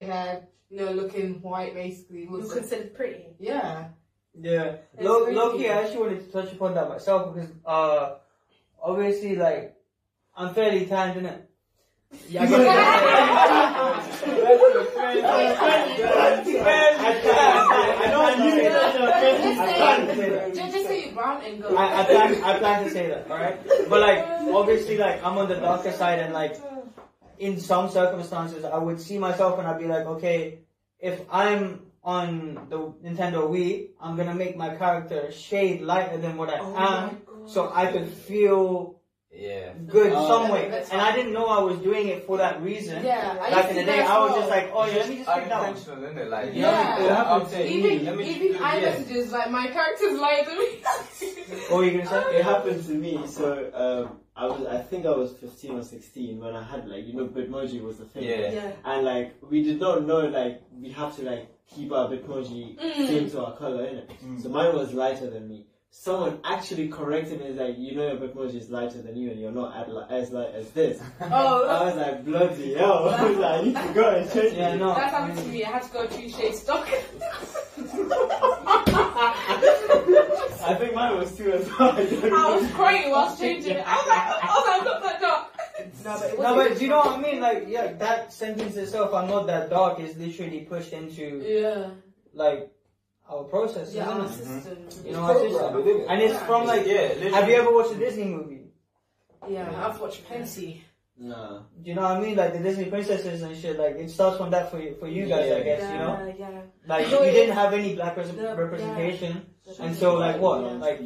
Yeah, you know, looking white basically. You Looks like- consider pretty. yeah. Yeah, That's Lo- crazy. Loki. I actually wanted to touch upon that myself because uh, obviously like I'm fairly tanned, innit? Yeah. I got I I know you I can't say that. Just, just say you brown and go. I, I plan I plan to say that, alright? But like obviously like I'm on the darker side and like in some circumstances I would see myself and I'd be like, okay, if I'm on the Nintendo Wii, I'm gonna make my character a shade lighter than what I Oh am so I could feel Yeah. good Oh. some way. That's And I didn't know I was doing it for that reason. yeah, I used Back in to the do day that I was as just well. like, oh yeah, let me just pick that one. Unintentional, isn't it? Like, Yeah. you know, I'll say, Even, let me just even do I this. messages like my character's lied to me. What were Oh, you gonna say? It happened to me. So um, I was, I think I was 15 or 16 when I had like, you know, Bitmoji was the thing. Yeah. And like, we did not know like we have to like keep our Bitmoji Mm. same to our color, innit? Mm. So mine was lighter than me. Someone actually corrected me, is like, you know, your Bitmoji is lighter than you, and you're not at, li- as light as this. I Oh, was like, bloody hell! I was like, I need to go and change. Yeah, it. no. that happened to me. I had to go two shades stock. I think mine was two as well. I don't I know. was crying whilst changing it. I was like, oh my god, that dark. No, but it No, wasn't. but do you know what I mean? Like, yeah, that sentence itself, I'm not that dark, is literally pushed into, Yeah. like, our process, Yeah, isn't our it? system. You know, our system. And it's from, like, yeah, literally. have you ever watched a Disney movie? Yeah, I've watched plenty. Nah. Do you know what I mean? Like, the Disney princesses and shit, like, it starts from that for you, for you guys, I Yeah. guess, you know? Yeah, yeah. Like, No, you it- didn't have any black res- No, representation until, like, what? Like,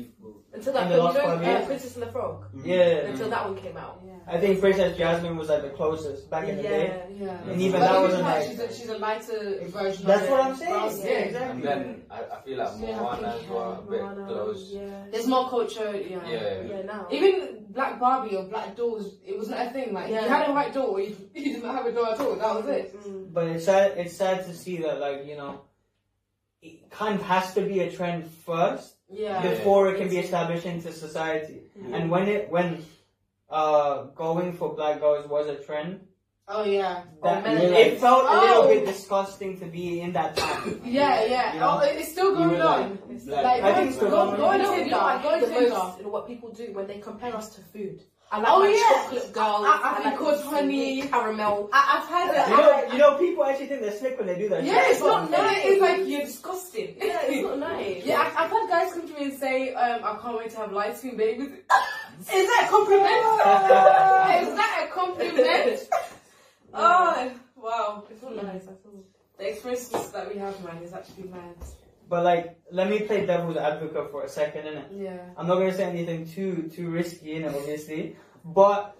Until In that the film, you last know, five uh, years? Mm. Princess and the Frog. Mm-hmm. yeah. Until that one came out. I think Princess Jasmine was, like, the closest back in the day. Yeah. Yeah. And even But that even wasn't her, like- she's a, she's a lighter version That's of what it. I'm saying. Brown Yeah, skin. And exactly. then I, I feel like Yeah, Moana as well, a bit Moana, close. Yeah. There's more culture, yeah. Yeah. Yeah, now. Even Black Barbie or Black Dolls, it wasn't a thing. Like, Yeah. you had a white doll or you, you didn't have a doll at all. That was it. Mm. But it's sad, it's sad to see that, like, you know, it kind of has to be a trend first. Yeah. Yeah. before it can be established into society. And when it when uh going for black girls was a trend, Oh, yeah. that oh, men- it felt a little Oh. bit disgusting to be in that time. Yeah, yeah. You know? Oh, it- it's still You were going like- on. Black- Like, I go- think it's still go- going go on. on No, you Tinder, know, I go on like the Tinder. most, what people do when they compare us to food. I like Oh, my yeah. chocolate girls. I- I- I, I've like been called sweet honey. caramel. I, I've had that. You know, you know, people actually think they're slick when they do that. yeah, it's not nice. nice. It's like, you're disgusting. Yeah, it's not nice. Yeah, I, I've had guys come to me and say, um, I can't wait to have light skin babies. Is that a compliment? Is that a compliment? oh, wow. It's not nice at all. The experiences that we have, man, is actually mad. But like, let me play devil's advocate for a second, innit? Yeah. I'm not gonna say anything too too risky, innit? Obviously, but